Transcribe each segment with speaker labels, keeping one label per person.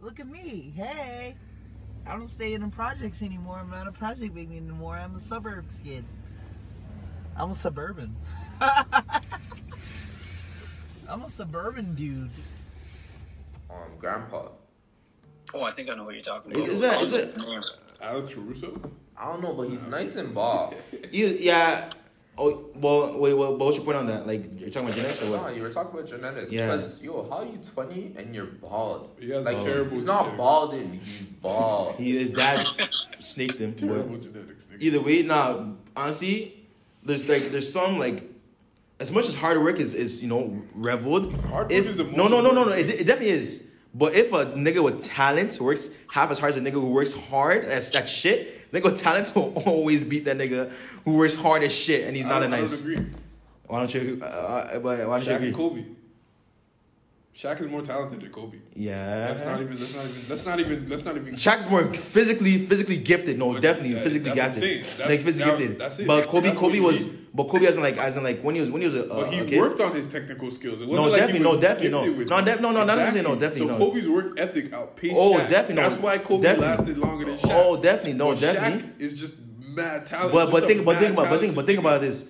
Speaker 1: Look at me. Hey. I don't stay in the projects anymore. I'm not a project baby anymore. I'm a suburbs kid. I'm a suburban. I'm a suburban dude.
Speaker 2: Um, Grandpa.
Speaker 3: Oh, I think I know what you're talking about.
Speaker 4: Is, is that is it?
Speaker 3: Name.
Speaker 5: Alex Caruso?
Speaker 2: I don't know, but he's nice and bald.
Speaker 4: You yeah. Oh well, wait. Well, what's your point on that? Like you're talking about genetics or
Speaker 2: No,
Speaker 4: what?
Speaker 2: you were talking about genetics.
Speaker 4: Yeah.
Speaker 2: Because yo, how are you 20 and you're bald?
Speaker 5: He has
Speaker 2: like
Speaker 5: terrible
Speaker 2: He's not
Speaker 5: genetics.
Speaker 2: balding. He's bald.
Speaker 4: He his dad snaked him. But
Speaker 5: Terrible genetics. nigga.
Speaker 4: either way, nah. Honestly, there's like there's some like as much as hard work is is you know reveled.
Speaker 5: Hard work
Speaker 4: if,
Speaker 5: is the
Speaker 4: no
Speaker 5: most
Speaker 4: no no no no. It,
Speaker 5: important
Speaker 4: it definitely is. But if a nigga with talent works half as hard as a nigga who works hard as that shit, nigga with talent will always beat that nigga who works hard as shit and he's
Speaker 5: I
Speaker 4: not a
Speaker 5: don't- I don't
Speaker 4: nice.
Speaker 5: agree.
Speaker 4: Why don't you? Uh, uh, but why don't you
Speaker 5: Shaq
Speaker 4: agree?
Speaker 5: and Kobe. Shaq is more talented than Kobe.
Speaker 4: Yeah. uh,
Speaker 5: That's not even. That's not even. That's not even. That's not even.
Speaker 4: Shaq's more physically physically gifted. No,
Speaker 5: But
Speaker 4: definitely
Speaker 5: that-
Speaker 4: physically
Speaker 5: that's what I'm
Speaker 4: gifted. like
Speaker 5: saying. That's-
Speaker 4: physically
Speaker 5: that-
Speaker 4: gifted.
Speaker 5: that's it.
Speaker 4: But Kobe,
Speaker 5: That's what
Speaker 4: Kobe
Speaker 5: you
Speaker 4: was,
Speaker 5: need.
Speaker 4: but Kobe as in like as in like when he was when he was a.
Speaker 5: But he
Speaker 4: a kid.
Speaker 5: worked on his technical skills. It wasn't
Speaker 4: No,
Speaker 5: like
Speaker 4: definitely,
Speaker 5: he was
Speaker 4: no, definitely, no.
Speaker 5: gifted with
Speaker 4: No,
Speaker 5: them.
Speaker 4: def- no, no, not gonna say no, definitely,
Speaker 5: So
Speaker 4: no.
Speaker 5: Kobe's work ethic outpaced.
Speaker 4: Oh,
Speaker 5: Shaq.
Speaker 4: definitely, no.
Speaker 5: That's why Kobe
Speaker 4: Definitely.
Speaker 5: lasted longer than Shaq.
Speaker 4: Oh, definitely, no,
Speaker 5: But
Speaker 4: definitely.
Speaker 5: Shaq is just mad talented.
Speaker 4: But
Speaker 5: just
Speaker 4: but
Speaker 5: a
Speaker 4: think but
Speaker 5: mad
Speaker 4: think about but think but
Speaker 5: talented
Speaker 4: think
Speaker 5: nigga.
Speaker 4: about this.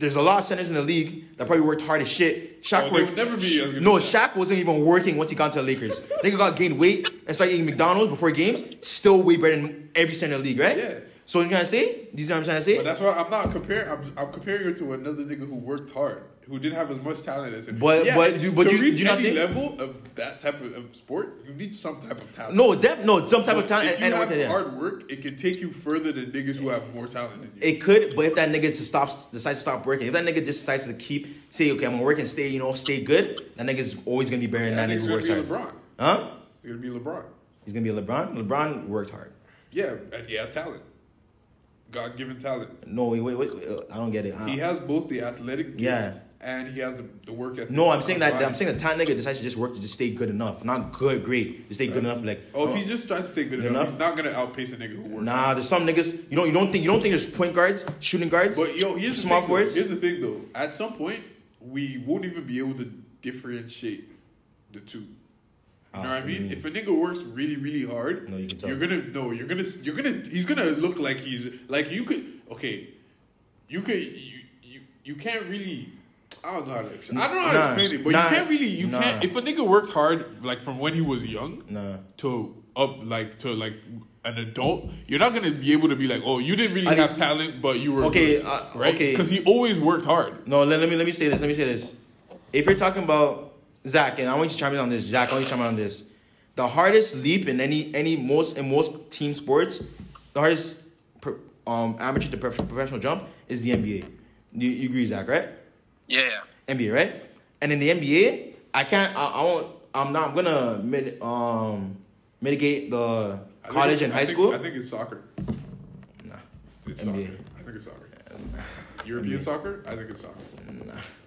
Speaker 4: There's a lot of centers in the league that probably worked hard as shit.
Speaker 5: Oh,
Speaker 4: Shaq
Speaker 5: they
Speaker 4: worked.
Speaker 5: would never be as good
Speaker 4: no,
Speaker 5: as
Speaker 4: Shaq wasn't even working once he got to the Lakers. Nigga got gained weight and started eating McDonald's before games. Still way better than every center in the league, right?
Speaker 5: Yeah.
Speaker 4: So you trying to say? You see what I'm trying to say?
Speaker 5: But that's why I'm not comparing. I'm, I'm comparing her to another nigga who worked hard, who didn't have as much talent as him.
Speaker 4: But- but
Speaker 5: and
Speaker 4: you- but
Speaker 5: to
Speaker 4: you-
Speaker 5: reach
Speaker 4: you not
Speaker 5: any
Speaker 4: think-
Speaker 5: level of that type of, of sport, you need some type of talent.
Speaker 4: no, def- no, some type
Speaker 5: But
Speaker 4: of talent.
Speaker 5: If you
Speaker 4: and, and
Speaker 5: have
Speaker 4: yeah.
Speaker 5: hard work, it can take you further than niggas who have more talent than you.
Speaker 4: It could, but if that nigga just stops, decides to stop working, if that nigga just decides to keep, say, okay, I'm gonna work and stay, you know, stay good, that nigga's always gonna be better than
Speaker 5: that
Speaker 4: that nigga
Speaker 5: nigga's
Speaker 4: who works
Speaker 5: gonna be
Speaker 4: hard.
Speaker 5: LeBron.
Speaker 4: Huh?
Speaker 5: It's gonna be LeBron.
Speaker 4: He's gonna be LeBron. LeBron worked hard.
Speaker 5: Yeah, and he has talent. God given talent.
Speaker 4: No, wait, wait, wait, wait, I don't get it. Uh, I
Speaker 5: He has both the athletic gift
Speaker 4: Yeah.
Speaker 5: and he has the, the work ethic.
Speaker 4: no, I'm saying that
Speaker 5: combined.
Speaker 4: I'm saying the time nigga decides to just work to just stay good enough, not good, great, just stay good enough. Like,
Speaker 5: Oh, if he just tries to stay good
Speaker 4: Good
Speaker 5: enough,
Speaker 4: enough?
Speaker 5: he's not gonna outpace a nigga who works.
Speaker 4: nah, there's some niggas you don't you don't think you don't think there's point guards, shooting guards,
Speaker 5: But yo, here's the
Speaker 4: small
Speaker 5: thing. Though.
Speaker 4: forwards.
Speaker 5: Here's the thing though. At some point, we won't even be able to differentiate the two. You
Speaker 4: Ah,
Speaker 5: know what I
Speaker 4: what do you
Speaker 5: mean?
Speaker 4: mean?
Speaker 5: If a nigga works really, really hard,
Speaker 4: No, you can tell.
Speaker 5: are gonna no, you're gonna you're gonna he's gonna look like he's like you could okay, you could you you, you can't really. I don't know how to explain. I don't know how to
Speaker 4: Nah,
Speaker 5: explain it, but
Speaker 4: nah,
Speaker 5: you can't really you
Speaker 4: nah.
Speaker 5: can't if a nigga worked hard like from when he was young
Speaker 4: Nah.
Speaker 5: to up like to like an adult, you're not gonna be able to be like, oh, you didn't really
Speaker 4: I
Speaker 5: have
Speaker 4: just-
Speaker 5: talent, but you were
Speaker 4: Okay,
Speaker 5: good,
Speaker 4: uh,
Speaker 5: right?
Speaker 4: okay.
Speaker 5: because he always worked hard.
Speaker 4: No, let, let me let me say this. Let me say this. If you're talking about Zach, and I want you to chime in on this, Zach, I want you to chime in on this. The hardest leap in any any most in most team sports, the hardest pro, um amateur to prof- professional jump is the NBA. You, you agree, Zach? Right?
Speaker 3: Yeah.
Speaker 4: NBA, right? And in the NBA, I can't. I, I won't. I'm not. I'm gonna mid, um mitigate the
Speaker 5: I think
Speaker 4: college
Speaker 5: it's-
Speaker 4: and
Speaker 5: I
Speaker 4: high
Speaker 5: think-
Speaker 4: school.
Speaker 5: I think it's soccer.
Speaker 4: nah. NBA.
Speaker 5: It's soccer. I think it's soccer. European soccer? I think it's soccer.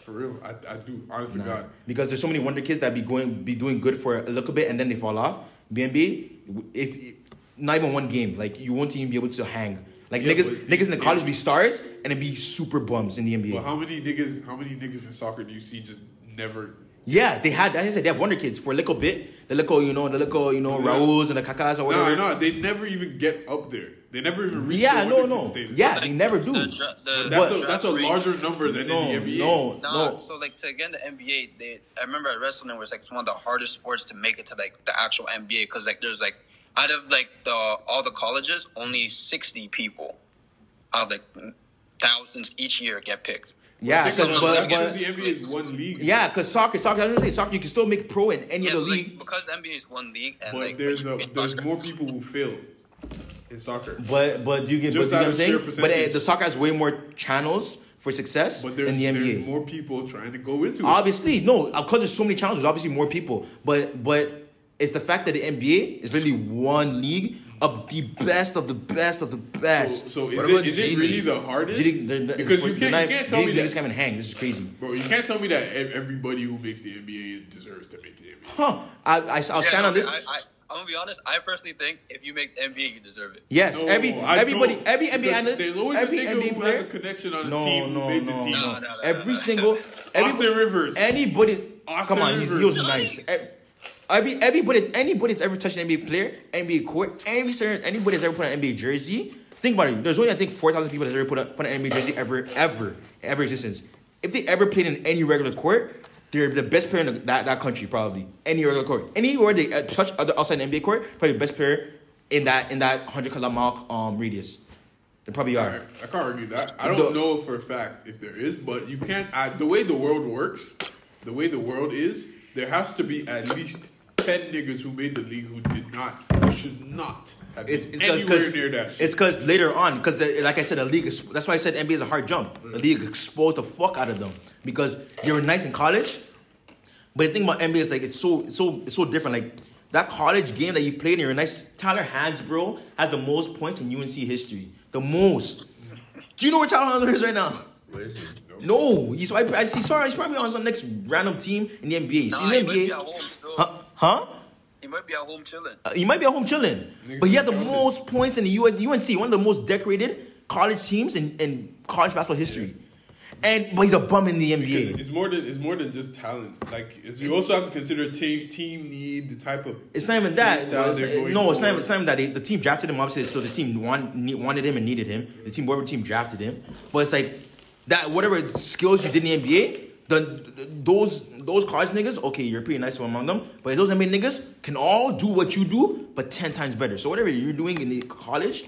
Speaker 5: For real, I, I do. Honest to God.
Speaker 4: Because there's so many wonder kids that be going be doing good for a little bit and then they fall off. BNB, if not even one game, like you won't even be able to hang. Like
Speaker 5: Yeah,
Speaker 4: niggas,
Speaker 5: but-
Speaker 4: niggas in the
Speaker 5: yeah.
Speaker 4: college be stars and then be super bums in the NBA.
Speaker 5: But how many niggas? How many niggas in soccer do you see just never?
Speaker 4: yeah, they had. I said they have wonder kids for a little bit. The little, you know, the little, you know,
Speaker 5: Yeah.
Speaker 4: Raul's and the Kakas or
Speaker 5: No,
Speaker 4: whatever.
Speaker 5: no, they never even get up there. They never even reach.
Speaker 4: yeah,
Speaker 5: the
Speaker 4: no,
Speaker 5: Wonder Kid
Speaker 4: no.
Speaker 5: status.
Speaker 4: Yeah, they never do.
Speaker 3: The, dra- the,
Speaker 5: that's
Speaker 4: But-
Speaker 5: a that's a larger number than
Speaker 4: No,
Speaker 5: in the NBA.
Speaker 4: no,
Speaker 3: No,
Speaker 4: no.
Speaker 3: so like to get in the NBA, they I remember at wrestling was like it's one of the hardest sports to make it to like the actual NBA because like there's like out of like the all the colleges, only sixty people out of like thousands each year get picked.
Speaker 4: yeah,
Speaker 5: Because
Speaker 4: because
Speaker 3: it's
Speaker 4: but,
Speaker 3: like-
Speaker 4: but-
Speaker 5: the NBA is one league.
Speaker 4: yeah, because soccer, soccer. I was gonna say soccer. You can still make pro in any
Speaker 3: Yeah,
Speaker 4: other
Speaker 3: so, like,
Speaker 4: league.
Speaker 3: because NBA is one league and
Speaker 5: But
Speaker 3: like
Speaker 5: there's
Speaker 3: when
Speaker 5: a,
Speaker 3: you get
Speaker 5: there's
Speaker 3: soccer-
Speaker 5: more people who fail in soccer.
Speaker 4: But but do you get, but do you
Speaker 5: Just
Speaker 4: get what
Speaker 5: out
Speaker 4: I'm
Speaker 5: of sheer
Speaker 4: saying? But uh,
Speaker 5: percentage.
Speaker 4: the soccer has way more channels for success
Speaker 5: But there's,
Speaker 4: than the
Speaker 5: there's
Speaker 4: NBA.
Speaker 5: more people trying to go into it.
Speaker 4: Obviously, no, because there's so many channels, there's obviously more people. But but it's the fact that the NBA is literally one league of the best of the best of the best.
Speaker 5: So, so
Speaker 4: What
Speaker 5: is,
Speaker 4: about
Speaker 5: it, is
Speaker 4: G
Speaker 5: it really
Speaker 4: League?
Speaker 5: the hardest?
Speaker 4: G League, they're not-
Speaker 5: because you
Speaker 4: they're
Speaker 5: can't,
Speaker 4: not-
Speaker 5: you can't tell
Speaker 4: G
Speaker 5: me
Speaker 4: League niggas
Speaker 5: that,
Speaker 4: can't even hang. This is crazy.
Speaker 5: bro. You can't tell me that ev- everybody who makes the NBA deserves to make the NBA.
Speaker 4: Huh? I, I will stand
Speaker 3: Yeah, no,
Speaker 4: on this.
Speaker 3: I, I, I'm gonna be honest. I personally think if you make the NBA, you deserve it.
Speaker 4: yes,
Speaker 5: No,
Speaker 4: every
Speaker 5: I
Speaker 4: everybody,
Speaker 5: don't.
Speaker 4: every NBA
Speaker 5: Because
Speaker 4: analyst,
Speaker 5: There's always
Speaker 4: every
Speaker 5: a nigga
Speaker 4: NBA
Speaker 5: who
Speaker 4: player.
Speaker 5: has a connection on the
Speaker 4: No,
Speaker 5: team
Speaker 4: no,
Speaker 5: who made
Speaker 4: no,
Speaker 5: the team.
Speaker 3: No, no.
Speaker 4: Every single, every
Speaker 5: Austin Rivers.
Speaker 4: Anybody,
Speaker 5: Austin
Speaker 4: come on, he's, he
Speaker 5: Rivers.
Speaker 4: was nice. E- Every everybody anybody that's ever touched an NBA player, NBA court, every certain anybody that's ever put on an NBA jersey. Think about it. There's only I think four thousand people that's ever put on, put on an NBA jersey ever ever ever existence. If they ever played in any regular court, they're the best player in the, that, that country probably. Any regular court, anywhere they uh, touch other outside the NBA court, probably the best player in that in that hundred kilometer um, radius. They probably
Speaker 5: All
Speaker 4: are.
Speaker 5: right, I can't argue that. I don't
Speaker 4: The-
Speaker 5: know for a fact if there is, but you can't. I, the way the world works, the way the world is, there has to be at least ten niggas who made the league who did not, who should not have
Speaker 4: It's
Speaker 5: been
Speaker 4: it's cause,
Speaker 5: anywhere
Speaker 4: 'cause-
Speaker 5: near that. shit.
Speaker 4: It's because later on, because like I said, the league. Is, that's why I said NBA is a hard jump. The league exposed the fuck out of them because they were nice in college, but the thing about NBA is like it's so it's so it's so different. Like that college game that you played in your nice Tyler Hansbrough has the most points in UNC history. The most. Do you know where Tyler Hansbrough is right now?
Speaker 2: Where is he?
Speaker 4: No, he's I, I, he's, sorry, he's probably on some next random team in the NBA.
Speaker 3: Nah,
Speaker 4: in
Speaker 3: he
Speaker 4: the
Speaker 3: might be at
Speaker 4: NBA,
Speaker 3: home still.
Speaker 4: huh? Huh?
Speaker 3: He might be at home chilling.
Speaker 4: Uh, he might be at home chilling,
Speaker 5: Niggas
Speaker 4: but he had the
Speaker 5: don't count it.
Speaker 4: most points in the U- UNC, one of the most decorated college teams in, in college basketball history. And but he's a bum in the
Speaker 5: Because
Speaker 4: NBA.
Speaker 5: it's more than it's more than just talent. Like it's, you also have to consider team team need, the type of.
Speaker 4: It's not even that.
Speaker 5: Style
Speaker 4: It's-
Speaker 5: they're going
Speaker 4: no, it's not.
Speaker 5: for.
Speaker 4: Even, it's not even that. They, the team drafted him obviously, so the team want, ne- wanted him and needed him. The team, whatever team drafted him, but it's like that. Whatever skills you did in the NBA, the, the- those those college niggas, okay, you're pretty nice among them, but those NBA niggas can all do what you do, but ten times better. So whatever you're doing in the college,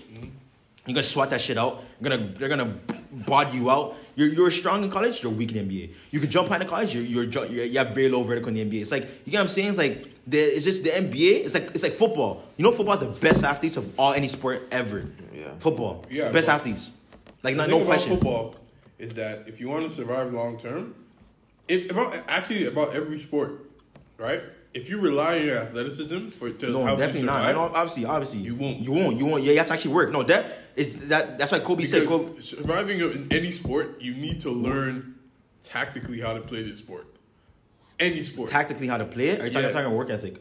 Speaker 4: You're gonna swat that shit out. You're gonna they're gonna body you out. You're, you're strong in college. You're weak in the NBA. You can jump high in college. You're, you're, ju- you're you have very low vertical in the NBA. It's like you get what I'm saying. It's like the, it's just the NBA. It's like it's like football. You know, football is the best athletes of all any sport ever.
Speaker 2: Yeah.
Speaker 4: Football.
Speaker 5: Yeah,
Speaker 4: Best
Speaker 5: but-
Speaker 4: athletes. Like
Speaker 5: The
Speaker 4: not,
Speaker 5: thing
Speaker 4: no
Speaker 5: about
Speaker 4: question.
Speaker 5: Football is that if you want to survive long term, it about actually about every sport, right? If you rely on your athleticism for to
Speaker 4: No,
Speaker 5: help
Speaker 4: definitely
Speaker 5: you
Speaker 4: not.
Speaker 5: survive,
Speaker 4: I don't, obviously, obviously,
Speaker 5: You won't.
Speaker 4: You won't. You won't. Yeah, you have to actually work. No, that is that. That's why Kobe said. Kobe,
Speaker 5: Because surviving in any sport, you need to learn tactically how to play this sport. Any sport,
Speaker 4: tactically how to play it. Are you talking,
Speaker 5: Yeah.
Speaker 4: talking about work ethic?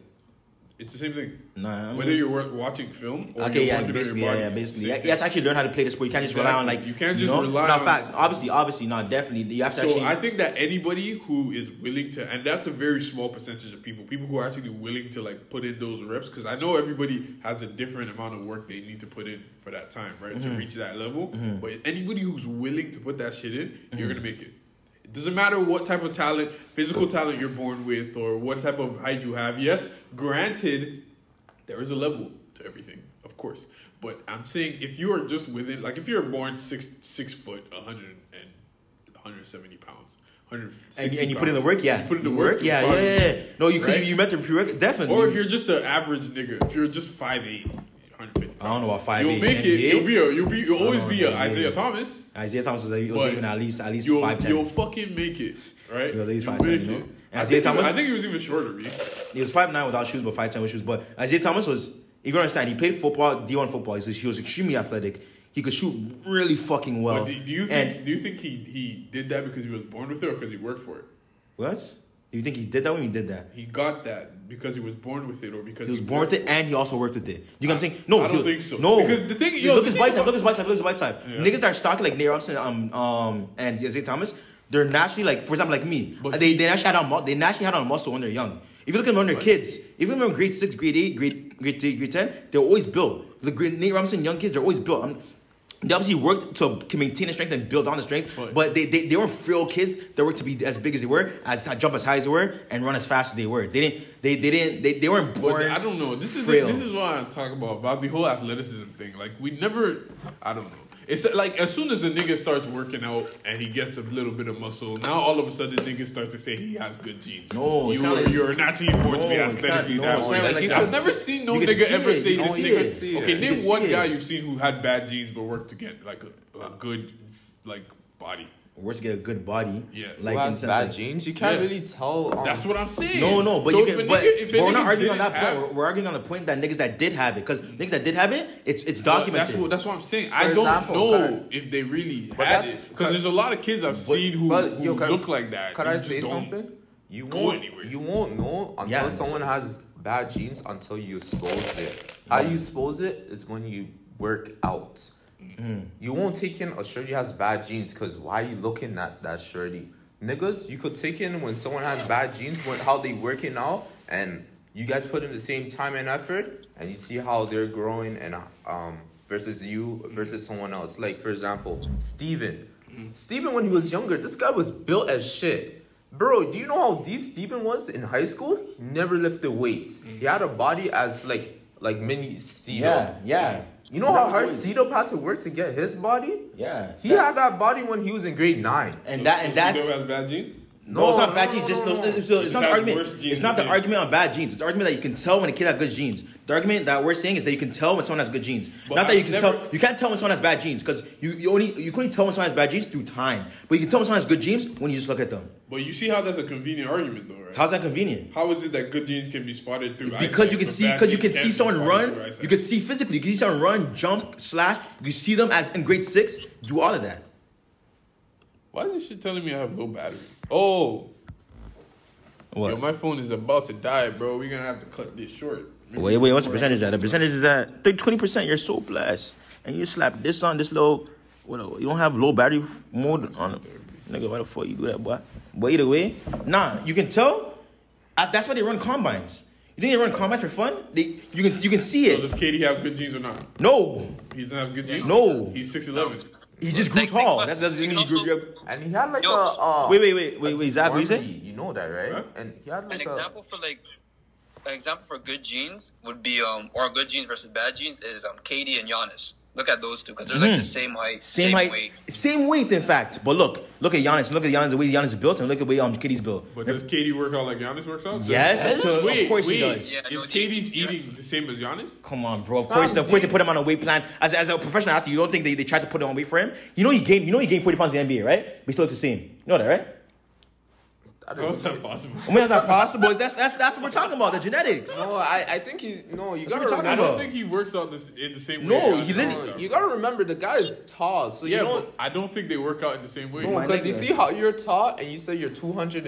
Speaker 5: it's the same thing.
Speaker 4: Nah, I'm-
Speaker 5: Whether you're wa- watching film or
Speaker 4: Okay,
Speaker 5: you're
Speaker 4: yeah,
Speaker 5: working on your
Speaker 4: basically, yeah,
Speaker 5: body,
Speaker 4: yeah,
Speaker 5: it's the
Speaker 4: basically.
Speaker 5: same
Speaker 4: Yeah,
Speaker 5: thing.
Speaker 4: you have to actually learn how to play the sport. You can't just rely on
Speaker 5: Exactly.
Speaker 4: like
Speaker 5: You can't just
Speaker 4: know?
Speaker 5: rely
Speaker 4: No
Speaker 5: on-
Speaker 4: facts. Obviously, obviously, not definitely. You have to
Speaker 5: So
Speaker 4: actually.
Speaker 5: I think that anybody who is willing to, and that's a very small percentage of people, people who are actually willing to like put in those reps, because I know everybody has a different amount of work they need to put in for that time, right,
Speaker 4: Mm-hmm.
Speaker 5: to reach that level. But anybody who's willing to put that shit in,
Speaker 4: Mm-hmm.
Speaker 5: you're gonna make it. It doesn't matter what type of talent, physical talent you're born with, or what type of height you have. Yes, granted, there is a level to everything, of course. But I'm saying if you are just within, like if you're born six six foot, 100 and 170 pounds, 160
Speaker 4: and, and you
Speaker 5: pounds,
Speaker 4: put in the work, yeah.
Speaker 5: You put in the work, you
Speaker 4: yeah,
Speaker 5: probably-
Speaker 4: yeah, yeah, yeah. No, you because
Speaker 5: right?
Speaker 4: you, you met the prerequisite, definitely.
Speaker 5: Or if you're just the average nigga, if you're just 5'8", 150
Speaker 4: I don't know about
Speaker 5: pounds, you'll
Speaker 4: 5'8",
Speaker 5: make it.
Speaker 4: 98.
Speaker 5: You'll be a, you'll be you'll
Speaker 4: don't
Speaker 5: always
Speaker 4: know
Speaker 5: be a
Speaker 4: about 98.
Speaker 5: Isaiah Thomas.
Speaker 4: Isaiah Thomas was, like, was
Speaker 5: But
Speaker 4: even at least at least
Speaker 5: you'll,
Speaker 4: five ten.
Speaker 5: You'll fucking make it, right?
Speaker 4: He was at least
Speaker 5: You'll
Speaker 4: 5'10",
Speaker 5: make
Speaker 4: you know?
Speaker 5: it.
Speaker 4: And
Speaker 5: I
Speaker 4: Isaiah
Speaker 5: think he was-
Speaker 4: Thomas-
Speaker 5: I think he was even shorter. B.
Speaker 4: He was five nine without shoes, but five ten with shoes. But Isaiah Thomas was you gonna understand. He played football, D one football. He was, he was extremely athletic. He could shoot really fucking well.
Speaker 5: But do, do you
Speaker 4: Oh. and,
Speaker 5: think do you think he he did that because he was born with it or because he worked for it?
Speaker 4: what? Do you think he did that when he did that?
Speaker 5: He got that because he was born with it, or because
Speaker 4: He was born with it, and he also worked with it. You know what I'm saying? No,
Speaker 5: I don't
Speaker 4: he-
Speaker 5: think so.
Speaker 4: No,
Speaker 5: Because the thing-
Speaker 4: Dude,
Speaker 5: yo,
Speaker 4: look
Speaker 5: the
Speaker 4: at his
Speaker 5: thing
Speaker 4: bicep.
Speaker 5: about-
Speaker 4: Look at his bicep. Look at his bicep.
Speaker 5: Yeah.
Speaker 4: Niggas that are stocky like Nate Robinson, um, um, and Isaiah Thomas, they're naturally like, for example, like me.
Speaker 5: But
Speaker 4: they
Speaker 5: he-
Speaker 4: they naturally had on mu- they naturally had on muscle when they're young. If you look at them when they're kids, even when they're grade six, grade eight, grade grade three, grade ten, they're always built. The grade, Nate Robinson, young kids, they're always built. I'm, they obviously worked to to maintain the strength and build on the strength,
Speaker 5: But-
Speaker 4: but, they, they they weren't frail kids that were to be as big as they were, as jump as high as they were, and run as fast as they were. They didn't they, they didn't they, they weren't
Speaker 5: But
Speaker 4: born.
Speaker 5: I don't know. This is
Speaker 4: frail.
Speaker 5: this is what I'm talking about about the whole athleticism thing. Like we never, I don't know. It's like as soon as a nigga starts working out and he gets a little bit of muscle, now all of a sudden niggas start to say he has good genes.
Speaker 4: No, it's
Speaker 5: you
Speaker 4: not
Speaker 5: are,
Speaker 4: like-
Speaker 5: you are naturally born to be
Speaker 4: No, it's not-
Speaker 5: athletically
Speaker 4: no,
Speaker 5: that
Speaker 4: it's
Speaker 5: way.
Speaker 4: not
Speaker 2: like
Speaker 5: Like,
Speaker 2: that.
Speaker 5: I've never seen no
Speaker 4: You can
Speaker 5: nigga
Speaker 4: see
Speaker 5: ever
Speaker 4: it.
Speaker 5: say
Speaker 4: You
Speaker 5: this
Speaker 4: can
Speaker 5: nigga.
Speaker 4: see it.
Speaker 5: Okay,
Speaker 4: You can
Speaker 5: name
Speaker 4: see
Speaker 5: one
Speaker 4: it.
Speaker 5: guy you've seen who had bad genes but worked to get like a, a good like body.
Speaker 4: where to get a good body.
Speaker 5: Yeah.
Speaker 4: like
Speaker 2: Who
Speaker 4: in the
Speaker 2: has
Speaker 4: sense
Speaker 2: bad
Speaker 4: like-
Speaker 2: genes? You can't
Speaker 5: Yeah.
Speaker 2: really tell. on-
Speaker 5: That's what I'm saying.
Speaker 4: No, no, but
Speaker 5: So
Speaker 4: you
Speaker 5: if a
Speaker 4: can. But,
Speaker 5: nigga- if a
Speaker 4: but we're
Speaker 5: nigga
Speaker 4: not arguing on
Speaker 5: didn't
Speaker 4: that
Speaker 5: have-
Speaker 4: point. We're, we're arguing on the point that niggas that did have it, because niggas that did have it, it's it's
Speaker 5: Well,
Speaker 4: documented.
Speaker 5: That's what, that's what I'm saying. I
Speaker 2: For
Speaker 5: don't
Speaker 2: example,
Speaker 5: know
Speaker 2: can
Speaker 5: if they really
Speaker 2: But
Speaker 5: had
Speaker 2: that's-
Speaker 5: it because there's a lot of kids I've seen who,
Speaker 2: But,
Speaker 5: who
Speaker 2: yo, can-
Speaker 5: look like that.
Speaker 2: Could
Speaker 5: who
Speaker 2: I
Speaker 5: just
Speaker 2: say
Speaker 5: don't-
Speaker 2: something? You
Speaker 5: go
Speaker 2: won't,
Speaker 5: anywhere.
Speaker 2: You won't know until
Speaker 4: Yeah,
Speaker 2: someone
Speaker 4: so-
Speaker 2: has bad genes until you expose it. How you expose it is when you work out. You won't take in a shirty has bad genes because why are you looking at that shirty? Niggas, you could take in when someone has bad genes, when, how they working out, and You guys put in the same time and effort, and you see how they're growing and um versus you versus someone else. Like for example, Steven. Steven when he was younger, this guy was built as shit. Bro, do you know how deep Steven was in high school? He never lifted weights. He had a body as like like mini Cito.
Speaker 4: Yeah, yeah.
Speaker 2: You know how
Speaker 4: That
Speaker 2: hard
Speaker 4: was-
Speaker 2: Cito had to work to get his body?
Speaker 4: Yeah.
Speaker 2: He
Speaker 4: That-
Speaker 2: had that body when he was in grade nine.
Speaker 4: and that and that's
Speaker 5: Cito has bad gene?
Speaker 4: No, it's
Speaker 2: no,
Speaker 4: not bad
Speaker 2: no,
Speaker 4: genes.
Speaker 2: no,
Speaker 4: Just
Speaker 2: no,
Speaker 4: no,
Speaker 2: no.
Speaker 4: it's, it's
Speaker 5: It's
Speaker 4: not the
Speaker 5: has
Speaker 4: argument.
Speaker 5: worse genes
Speaker 4: It's not the
Speaker 5: than-
Speaker 4: argument on bad genes. It's the argument that you can tell when a kid has good genes. The argument that we're saying is that you can tell when someone has good genes.
Speaker 5: But
Speaker 4: not that
Speaker 5: I've
Speaker 4: you can
Speaker 5: never-
Speaker 4: tell. You can't tell when someone has bad genes because you, you only you couldn't tell when someone has bad genes through time. But you can tell when someone has good genes when you just look at them.
Speaker 5: But you see how that's a convenient argument, though, right?
Speaker 4: How's that convenient?
Speaker 5: How is it that good genes can be spotted through
Speaker 4: Because you can see because you can see someone run. You
Speaker 5: can.
Speaker 4: can see physically. You can see someone run, jump, slash. You can see them at, in grade six do all of that.
Speaker 5: Why is this shit telling me I have low battery? Oh, yo, my phone is about to die, bro. We're gonna have to cut this short.
Speaker 4: Wait, wait, what's the percentage at? The percentage is at 20%. You're so blessed. And you slap this on, this little, what, you don't have low battery f- mode on it. Nigga, why the fuck you do that, boy? But either way, nah, you can tell. Uh, that's why they run combines. You think they run combines for fun? They, you can, you can see
Speaker 5: So does
Speaker 4: it.
Speaker 5: Katie have good genes or not?
Speaker 4: No,
Speaker 5: He doesn't have good genes.
Speaker 4: No.
Speaker 5: he's six eleven.
Speaker 4: he just grew
Speaker 3: Like-
Speaker 4: tall.
Speaker 3: like-
Speaker 4: That's that's the thing. He grew. grew-
Speaker 2: And he had like
Speaker 3: Yo.
Speaker 2: a uh,
Speaker 4: Wait, wait, wait, wait, wait. Zab, what you
Speaker 2: Marbury,
Speaker 4: say?
Speaker 2: You know that, right?
Speaker 5: Huh?
Speaker 2: And he had
Speaker 3: An
Speaker 2: like a.
Speaker 3: example for like an example for good genes would be um or good genes versus bad genes is um Katie and Giannis. Look at those two because they're like the same height,
Speaker 4: Mm. Same,
Speaker 3: same,
Speaker 4: height,
Speaker 3: weight.
Speaker 4: same weight, in fact. But look, look at Giannis. Look at Giannis the way Giannis is built, and look at the way um Kitty's built.
Speaker 5: But does Katie work out like Giannis works out?
Speaker 4: Yes,
Speaker 5: Does-
Speaker 4: of course he does.
Speaker 3: Yeah,
Speaker 5: is
Speaker 3: no, they-
Speaker 5: Katie's
Speaker 3: yeah.
Speaker 5: eating the same as Giannis?
Speaker 4: Come on, bro. Of course, of course, they put him on a weight plan. As, as a professional athlete, you don't think they, they tried to put him on weight for him? You know he gained, you know he gained forty pounds in the NBA, right? But he still looks the same. You know that, right?
Speaker 5: How
Speaker 4: Oh,
Speaker 5: is that possible?
Speaker 4: I mean, that's not possible. That's that's that's what we're talking about. The genetics.
Speaker 2: No, I, I think he's no. You
Speaker 4: That's
Speaker 2: gotta
Speaker 4: what we're talking
Speaker 5: I
Speaker 2: remember.
Speaker 5: don't
Speaker 4: about.
Speaker 5: think he works out this in the same way.
Speaker 4: No,
Speaker 5: Giannis
Speaker 4: he
Speaker 5: works
Speaker 4: didn't-
Speaker 5: out.
Speaker 2: You gotta remember the guy is tall, so
Speaker 5: Yeah,
Speaker 2: you don't.
Speaker 5: but I don't think they work out in the same way.
Speaker 2: No, because you
Speaker 4: nigga.
Speaker 2: see how you're tall and you say you're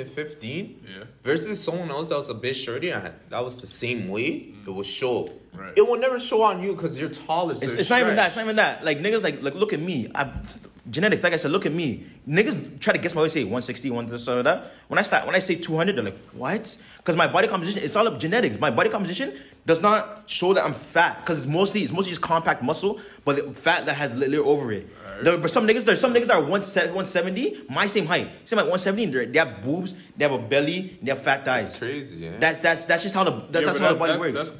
Speaker 2: 215
Speaker 5: Yeah.
Speaker 2: versus someone else that was a bit shorter and that was the same weight,
Speaker 4: Mm.
Speaker 2: it will show.
Speaker 5: Right.
Speaker 2: It will never show on you because you're taller. So
Speaker 4: It's,
Speaker 2: it's,
Speaker 4: it's not even
Speaker 2: stretched.
Speaker 4: that. It's not even that. Like niggas, like like look at me. I've, genetics, like I said, look at me. Niggas try to guess my weight. Say 160, 130, that. When I start, when I say 200, they're like, what? Because my body composition, it's all up genetics. My body composition does not show that I'm fat because it's mostly it's mostly just compact muscle, but the fat that has li- layer over it. There- but some niggas, there's some niggas that are 170, 170, my same height, same like 170. they're- They have boobs, they have a belly, they have fat thighs.
Speaker 2: crazy, yeah.
Speaker 4: That's that's that's just how the that's,
Speaker 5: Yeah,
Speaker 4: that's
Speaker 5: but
Speaker 4: how the body works.
Speaker 5: that's-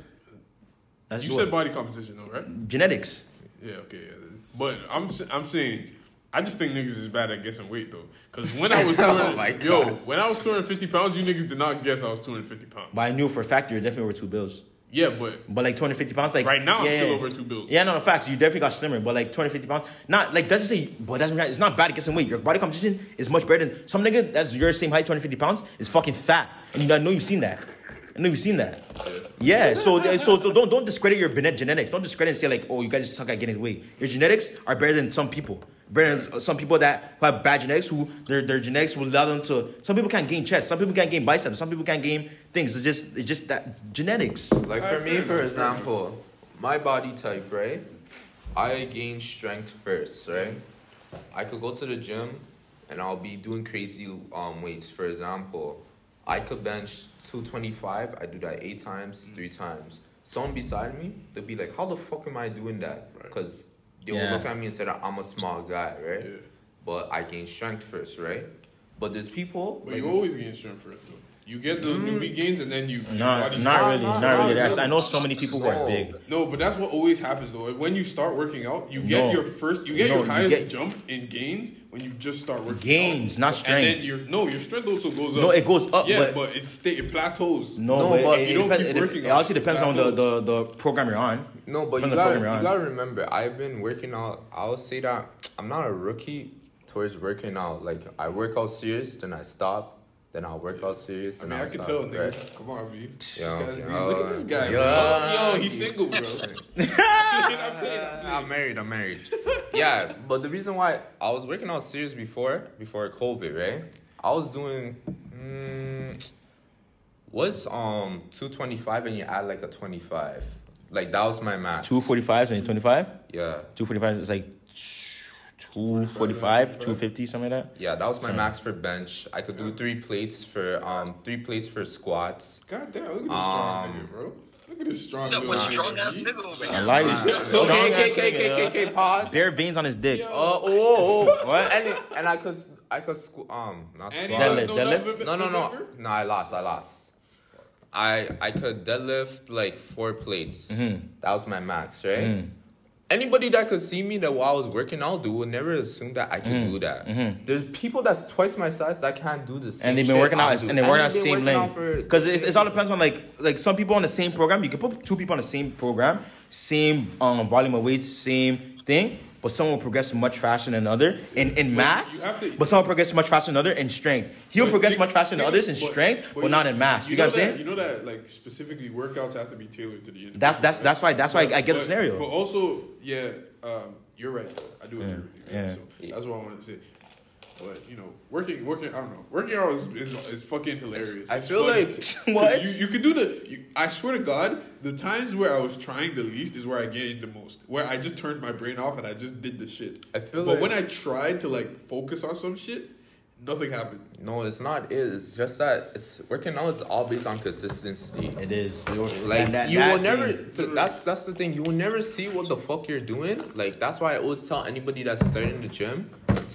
Speaker 4: That's
Speaker 5: you
Speaker 4: what-
Speaker 5: said body composition, though, right?
Speaker 4: genetics.
Speaker 5: Yeah, okay. Yeah. But I'm s- I'm saying I just think niggas is bad at guessing weight though. Cause when I was
Speaker 2: Oh
Speaker 5: 200
Speaker 2: my
Speaker 5: yo,
Speaker 2: God.
Speaker 5: when I was 250 pounds, you niggas did not guess I was 250 pounds.
Speaker 4: But I knew for a fact you're definitely over two bills.
Speaker 5: Yeah, but
Speaker 4: But like 250 pounds, like
Speaker 5: Right now, I'm
Speaker 4: yeah,
Speaker 5: still
Speaker 4: yeah.
Speaker 5: over two bills.
Speaker 4: Yeah, no, no, facts. You definitely got slimmer, but like 250 pounds, not like doesn't say, but that's it's not bad at guessing weight. Your body composition is much better than some nigga that's your same height, 250 pounds, is fucking fat, and you, I know you've seen that. I know you've seen that. Yeah, so so don't don't discredit your genet- genetics. Don't discredit and say like, oh, you guys just suck at getting weight. Your genetics are better than some people. Better than uh, some people that who have bad genetics, who their, their genetics will allow them to. Some people can't gain chest. Some people can't gain biceps. Some people can't gain things. It's just it's just that genetics.
Speaker 2: Like for me, for example, my body type, right? I gain strength first, right? I could go to the gym and I'll be doing crazy um weights. For example, I could bench 225. I do that eight times,
Speaker 5: Mm.
Speaker 2: three times. Someone beside me, they'll be like, "How the fuck am I doing that?"
Speaker 5: Right.
Speaker 2: Because they
Speaker 4: Yeah.
Speaker 2: will look at me and say that I'm a small guy, right?
Speaker 5: Yeah.
Speaker 2: But I gain strength first, right? But there's people.
Speaker 5: but
Speaker 2: like-
Speaker 5: you always gain strength first though. You get those
Speaker 4: Mm.
Speaker 5: newbie gains and then you your
Speaker 4: Nah,
Speaker 5: body
Speaker 4: not
Speaker 5: starts-
Speaker 4: really,
Speaker 2: no,
Speaker 4: not
Speaker 2: no,
Speaker 4: really.
Speaker 2: no.
Speaker 4: That's, I know so many people who are
Speaker 2: No.
Speaker 4: big.
Speaker 5: No, but that's what always happens though. When you start working out, you get
Speaker 4: No.
Speaker 5: your first, you get
Speaker 4: No,
Speaker 5: your
Speaker 4: you
Speaker 5: highest
Speaker 4: get-
Speaker 5: jump in gains when you just start working
Speaker 4: Gains,
Speaker 5: out.
Speaker 4: not
Speaker 5: And
Speaker 4: strength.
Speaker 5: then your no, your strength also goes up.
Speaker 4: No, it goes up,
Speaker 5: Yeah,
Speaker 4: but-
Speaker 5: but, it stay it plateaus.
Speaker 4: No,
Speaker 2: No,
Speaker 4: but,
Speaker 2: but
Speaker 4: it,
Speaker 2: you
Speaker 4: it
Speaker 5: don't
Speaker 4: depends,
Speaker 5: keep
Speaker 4: it,
Speaker 5: working
Speaker 4: it
Speaker 5: on
Speaker 4: also
Speaker 5: it.
Speaker 4: depends
Speaker 5: That's
Speaker 4: on the, the,
Speaker 5: all.
Speaker 4: the program you're on.
Speaker 2: No, but
Speaker 4: Depends
Speaker 2: you
Speaker 4: on the
Speaker 2: gotta,
Speaker 4: program
Speaker 2: you
Speaker 4: you're on.
Speaker 2: gotta remember, I've been working out. I'll say that I'm not a rookie towards working out. Like, I work out serious, then I stop, then I'll work out serious,
Speaker 5: I
Speaker 2: and
Speaker 5: mean, I
Speaker 2: I'll
Speaker 5: can
Speaker 2: stop.
Speaker 5: tell, nigga.
Speaker 2: right?
Speaker 5: Come on, B.
Speaker 2: Yo,
Speaker 5: This guy's-
Speaker 2: yo,
Speaker 5: look at this guy,
Speaker 2: yo.
Speaker 5: bro. Yo, he's single, bro. I'm playing, I'm playing, I'm playing.
Speaker 2: I'm married, I'm married. yeah, but the reason why I was working out serious before, before COVID, right? I was doing, mm, what's um 225 and you add like a 25? Like, that was my max.
Speaker 4: 245s and 25?
Speaker 2: Yeah.
Speaker 4: 245 is like 245, 250, something like that.
Speaker 2: Yeah, that was my max for bench. I could do three plates for um three plates for squats.
Speaker 5: God damn, look at this strong
Speaker 2: Um,
Speaker 5: nigga, bro. Look at this strong
Speaker 3: No,
Speaker 5: little
Speaker 3: but
Speaker 5: nigga.
Speaker 3: strong ass
Speaker 5: He-
Speaker 3: nigga over
Speaker 4: Mm. I
Speaker 3: here.
Speaker 4: like it. Strong
Speaker 2: Okay, okay,
Speaker 4: ass
Speaker 2: okay,
Speaker 4: nigga,
Speaker 2: okay,
Speaker 4: yeah.
Speaker 2: okay, okay, pause.
Speaker 4: Bare veins on his dick.
Speaker 5: Yo.
Speaker 2: Oh, oh, oh.
Speaker 4: What?
Speaker 2: And, it- and I could, I could, squ- um, not squat.
Speaker 5: And he has
Speaker 4: Deadlift,
Speaker 5: no
Speaker 4: deadlift?
Speaker 5: November-
Speaker 2: No, no, no,
Speaker 5: November?
Speaker 2: no. I lost. I lost. I I could deadlift like four plates.
Speaker 4: Mm-hmm.
Speaker 2: That was my max, right? Anybody that could see me that while I was working out do would never assume that I could
Speaker 4: Mm-hmm.
Speaker 2: do that. There's people that's twice my size that can't do the same.
Speaker 4: and they've been
Speaker 2: shit
Speaker 4: working
Speaker 2: I
Speaker 4: out
Speaker 2: do.
Speaker 4: and they work out
Speaker 2: they've been
Speaker 4: same
Speaker 2: working out
Speaker 4: length
Speaker 2: for-
Speaker 4: because it's, it's all depends on like like some people on the same program you can put two people on the same program same um volume of weights same thing but some will progress much faster than another in, in mass
Speaker 5: have to-
Speaker 4: but some will progress much faster than other in strength he'll
Speaker 5: But
Speaker 4: progress
Speaker 5: you-
Speaker 4: much faster than
Speaker 5: you-
Speaker 4: others in strength but,
Speaker 5: you-
Speaker 4: not in mass you, know what i'm
Speaker 5: that,
Speaker 4: saying
Speaker 5: You know that like specifically workouts have to be tailored to the individual.
Speaker 4: that's that's
Speaker 5: right?
Speaker 4: that's why that's why I, I get the
Speaker 5: But-
Speaker 4: scenario
Speaker 5: But also, yeah, um, you're right. I do agree
Speaker 4: Yeah,
Speaker 5: with you.
Speaker 4: yeah.
Speaker 5: So that's what I wanted to say. But you know, working, working, I don't know, working out is is, is fucking hilarious.
Speaker 2: I
Speaker 5: It's
Speaker 2: feel
Speaker 5: funny.
Speaker 2: like
Speaker 5: 'Cause
Speaker 4: What?
Speaker 5: you, you could do the. You, I swear to God, the times where I was trying the least is where I gained the most. Where I just turned my brain off and I just did the shit.
Speaker 2: I feel
Speaker 5: but
Speaker 2: like-
Speaker 5: when I tried to like focus on some shit, nothing happened.
Speaker 2: no, it's not. It. It's just that it's working out is all based on consistency.
Speaker 4: it is
Speaker 2: Like
Speaker 4: And that-
Speaker 2: you
Speaker 4: that
Speaker 2: will never.
Speaker 4: thing-
Speaker 2: th- that's that's the thing. You will never see what the fuck you're doing. Like that's why I always tell anybody that's starting the gym,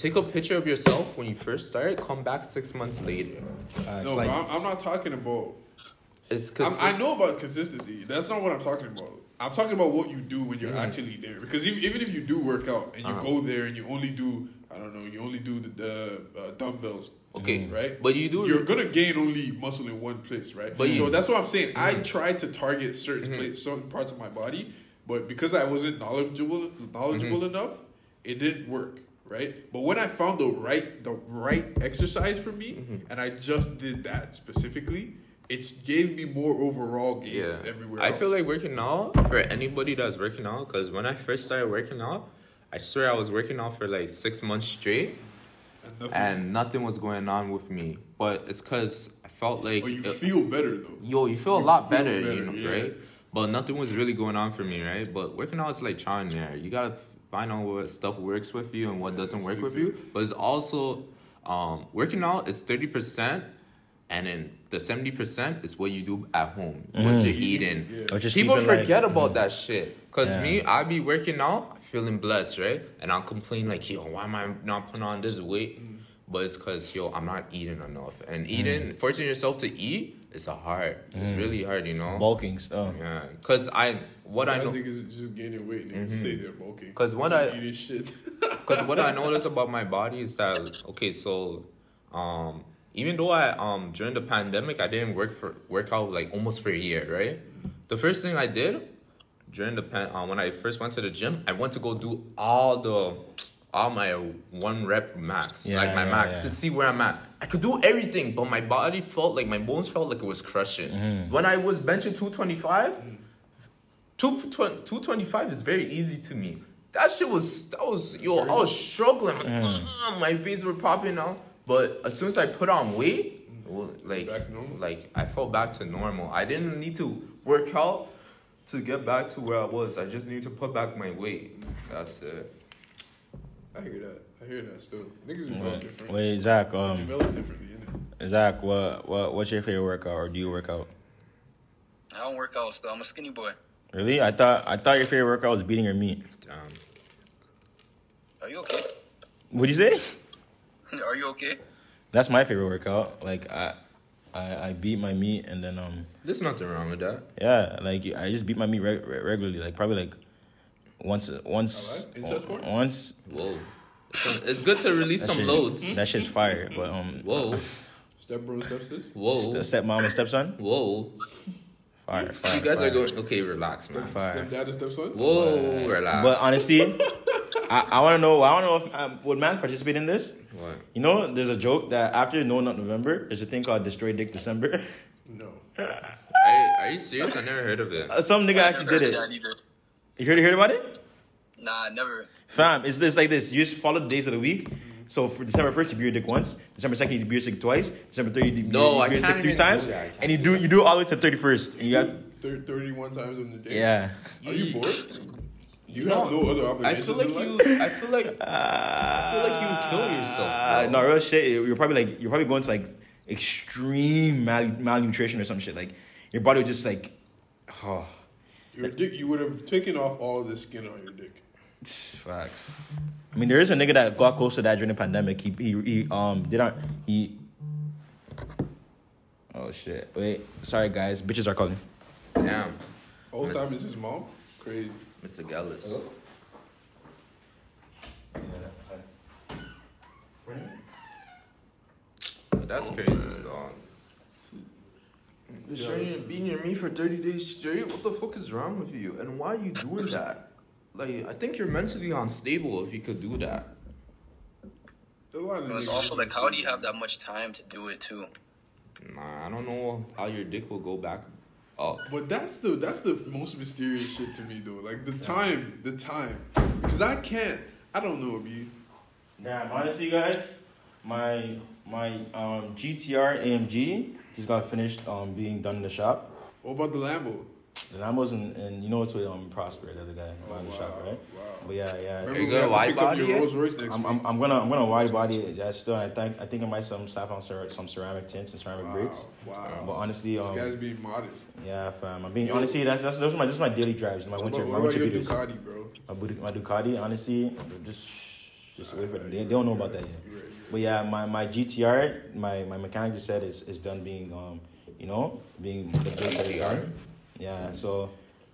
Speaker 2: take a picture of yourself when you first start. Come back six months later.
Speaker 4: uh, it's
Speaker 5: no,
Speaker 4: like-
Speaker 5: but I'm, I'm not talking about
Speaker 2: It's
Speaker 5: I'm,
Speaker 2: because
Speaker 5: I know about consistency. That's not what I'm talking about. I'm talking about what you do when you're actually there. Because even, even if you do work out and you
Speaker 2: Uh-huh.
Speaker 5: go there and you only do, I don't know, you only do the, the uh, dumbbells.
Speaker 2: Okay,
Speaker 5: Right?
Speaker 2: but you do-
Speaker 5: You're going to gain only muscle in one place, right?
Speaker 2: But Mm-hmm. you-
Speaker 5: so that's what I'm saying. I tried to target certain places, certain parts of my body, but because I wasn't knowledgeable, knowledgeable
Speaker 2: Mm-hmm.
Speaker 5: enough, it didn't work. Right, but when I found the right the right exercise for me,
Speaker 2: Mm-hmm.
Speaker 5: and I just did that specifically, it gave me more overall gains
Speaker 2: Yeah.
Speaker 5: everywhere.
Speaker 2: I
Speaker 5: else.
Speaker 2: feel like working out for anybody that's working out. Because when I first started working out, I swear I was working out for like six months straight,
Speaker 5: and nothing,
Speaker 2: and nothing was going on with me. But it's because I felt like
Speaker 5: but you
Speaker 2: it-
Speaker 5: feel better though.
Speaker 2: yo, you feel a
Speaker 5: You
Speaker 2: lot
Speaker 5: feel
Speaker 2: better,
Speaker 5: better,
Speaker 2: you know,
Speaker 5: yeah.
Speaker 2: right? But nothing was really going on for me, right? But working out is like trial and error. You gotta find out what stuff works with you and what doesn't work with you. But it's also um, working out is thirty percent, and then the seventy percent is what you do at home, what you're eating.
Speaker 4: Or just
Speaker 2: People
Speaker 4: even, like-
Speaker 2: forget about that shit. Cause
Speaker 4: Yeah.
Speaker 2: me, I be working out, feeling blessed, right? And I'll complain like, yo, why am I not putting on this weight? But it's cause yo, I'm not eating enough. And eating, forcing yourself to eat, it's a hard. It's really hard, you know.
Speaker 4: bulking stuff
Speaker 2: Yeah, cause I what I
Speaker 5: I
Speaker 2: know, Mm-hmm.
Speaker 5: think it's just gaining weight. Niggas say they're bulking
Speaker 2: 'Cause when
Speaker 5: Just
Speaker 2: I-
Speaker 5: eating shit.
Speaker 2: cause what I notice about my body is that okay, so, um, even though I um during the pandemic I didn't work for work out like almost for a year, right? The first thing I did during the pan uh, when I first went to the gym, I went to go do all the all my one rep max,
Speaker 4: Yeah,
Speaker 2: like my
Speaker 4: yeah,
Speaker 2: max
Speaker 4: yeah.
Speaker 2: to see where I'm at. I could do everything, but my body felt like my bones felt like it was crushing.
Speaker 4: Mm-hmm.
Speaker 2: When I was benching 225, two, tw- 225 is very easy to me. That shit was that was yo, I was struggling. Like, "Ah," my veins were popping out. But as soon as I put on weight, well, like
Speaker 5: Back to normal?
Speaker 2: like I felt back to normal. I didn't need to work out to get back to where I was. I just need to put back my weight. That's it.
Speaker 5: I hear that. I hear that still. Niggas are talking different.
Speaker 4: wait zach um
Speaker 5: Develop differently, innit?
Speaker 4: zach what, what what's your favorite workout or do you work out
Speaker 3: I don't work out still. I'm a skinny boy.
Speaker 4: really i thought i thought your favorite workout was beating your meat
Speaker 2: Damn.
Speaker 3: Are you okay?
Speaker 4: what'd you say
Speaker 3: Are you okay?
Speaker 4: That's my favorite workout. Like I, I, I beat my meat and then um
Speaker 2: There's nothing wrong with that.
Speaker 4: yeah, like I just beat my meat reg- re- regularly. Like probably like once once
Speaker 5: Alright, incest porn?
Speaker 4: once.
Speaker 2: Whoa. It's, it's good to release
Speaker 4: that
Speaker 2: some
Speaker 4: shit-
Speaker 2: loads.
Speaker 4: That shit's fire. But um,
Speaker 2: Whoa.
Speaker 5: Step bro, step sis.
Speaker 2: Whoa.
Speaker 4: st- stepmom and stepson,
Speaker 2: Whoa.
Speaker 4: fire. fire
Speaker 2: You guys
Speaker 4: fire.
Speaker 2: are going okay, relax now.
Speaker 4: Fire.
Speaker 5: Step dad and step son.
Speaker 2: Whoa, relax.
Speaker 4: But honestly, I, I want to know. I want to know if um, would man participate in this.
Speaker 2: What?
Speaker 4: You know, there's a joke that after No Nut November, there's a thing called Destroy Dick December.
Speaker 5: No.
Speaker 2: Are, are you serious? I never heard of it.
Speaker 4: Some nigga
Speaker 3: I
Speaker 4: actually
Speaker 3: never
Speaker 4: did it.
Speaker 3: heard that either.
Speaker 4: You heard, you heard about it?
Speaker 3: Nah, never.
Speaker 4: Fam, it's this like this. You just follow the days of the week. So for December first, you beer dick once. December second, you beer sick twice. December third, you
Speaker 2: No, I
Speaker 4: beer
Speaker 2: can't
Speaker 4: sick three
Speaker 2: even do
Speaker 4: times.
Speaker 2: that. I can't
Speaker 4: And you do you do all the way to thirty first. You got
Speaker 5: Thir- Thirty-one times in the day.
Speaker 4: yeah.
Speaker 5: Are you bored? You have no other
Speaker 2: I
Speaker 5: obligations.
Speaker 2: feel like
Speaker 5: in life?
Speaker 2: you. I feel like. I feel like you would kill
Speaker 4: Uh,
Speaker 2: yourself.
Speaker 4: no, real shit. You're probably like you're probably going to like extreme mal- malnutrition or some shit. Like your body would just like, oh,
Speaker 5: Your dick. You would have taken off all the skin on your dick.
Speaker 4: tch, facts. I mean, there is a nigga that got close to that during the pandemic. He he, he um did not he. Oh shit! Wait, sorry guys, bitches are calling.
Speaker 2: bro. Damn,
Speaker 5: All
Speaker 2: Miss-
Speaker 5: time is his mom. Crazy.
Speaker 2: Mr. Gallus. But that's crazy, dog.
Speaker 5: Yeah,
Speaker 2: Being being near me for 30 days straight? What the fuck is wrong with you? And why are you doing that? Like, I think you're mentally unstable if you could do that.
Speaker 5: A lot of
Speaker 3: It was
Speaker 5: niggas-
Speaker 3: also like, how do you have that much time to do it too?
Speaker 2: Nah, I don't know how your dick will go back up.
Speaker 5: But that's the that's the most mysterious shit to me though. Like the time, the time, because I can't. I don't know, B.
Speaker 4: Damn, honestly, guys, my my um GTR AMG just got finished um being done in the shop.
Speaker 5: What about the Lambo?
Speaker 4: And I wasn't, and you know it's with um Prosper, the other guy,
Speaker 5: Oh,
Speaker 4: behind the
Speaker 5: wow,
Speaker 4: shop, right?
Speaker 5: wow.
Speaker 4: But yeah, yeah.
Speaker 5: Remember
Speaker 2: you
Speaker 5: we
Speaker 2: got a
Speaker 5: have to
Speaker 2: wide
Speaker 5: pick up
Speaker 2: body
Speaker 5: your
Speaker 2: yet?
Speaker 5: Rolls Royce next
Speaker 4: I'm,
Speaker 5: week.
Speaker 4: I'm, I'm gonna I'm gonna wide body it. That's still I think I think I might some slap on cer- some ceramic tints and ceramic
Speaker 5: Wow,
Speaker 4: bricks.
Speaker 5: wow.
Speaker 4: Oh, But honestly,
Speaker 5: This guy's
Speaker 4: um,
Speaker 5: being modest.
Speaker 4: yeah, fam. I'm being
Speaker 5: Yo.
Speaker 4: honestly that's that's those are my just my daily drives, my
Speaker 5: What
Speaker 4: winter
Speaker 5: about,
Speaker 4: my
Speaker 5: what about
Speaker 4: winter
Speaker 5: your
Speaker 4: beaters,
Speaker 5: Ducati, bro?
Speaker 4: my, Bud- my Ducati. Honestly, just just wait for them. They, they don't know about that yet.
Speaker 5: You're right, you're right.
Speaker 4: But yeah, my, my GTR, my, my mechanic just said it's, it's done being um you know being the base that it's
Speaker 2: GTR?
Speaker 4: done. Yeah, so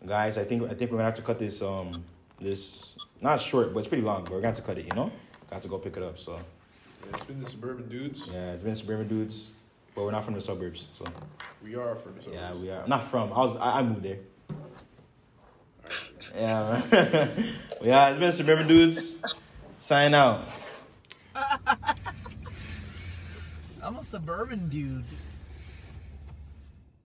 Speaker 4: guys, I think I think we're gonna have to cut this um this not short, but it's pretty long. But we're gonna have to cut it, you know. Got to go pick it up. So
Speaker 5: Yeah, it's been the suburban dudes.
Speaker 4: yeah, it's been suburban dudes, but we're not from the suburbs. So
Speaker 5: We are from the suburbs.
Speaker 4: yeah, we are. I'm not from. I was I, I moved there.
Speaker 5: Alright.
Speaker 4: Yeah, man. yeah, it's been suburban dudes. Sign out.
Speaker 1: I'm a suburban dude.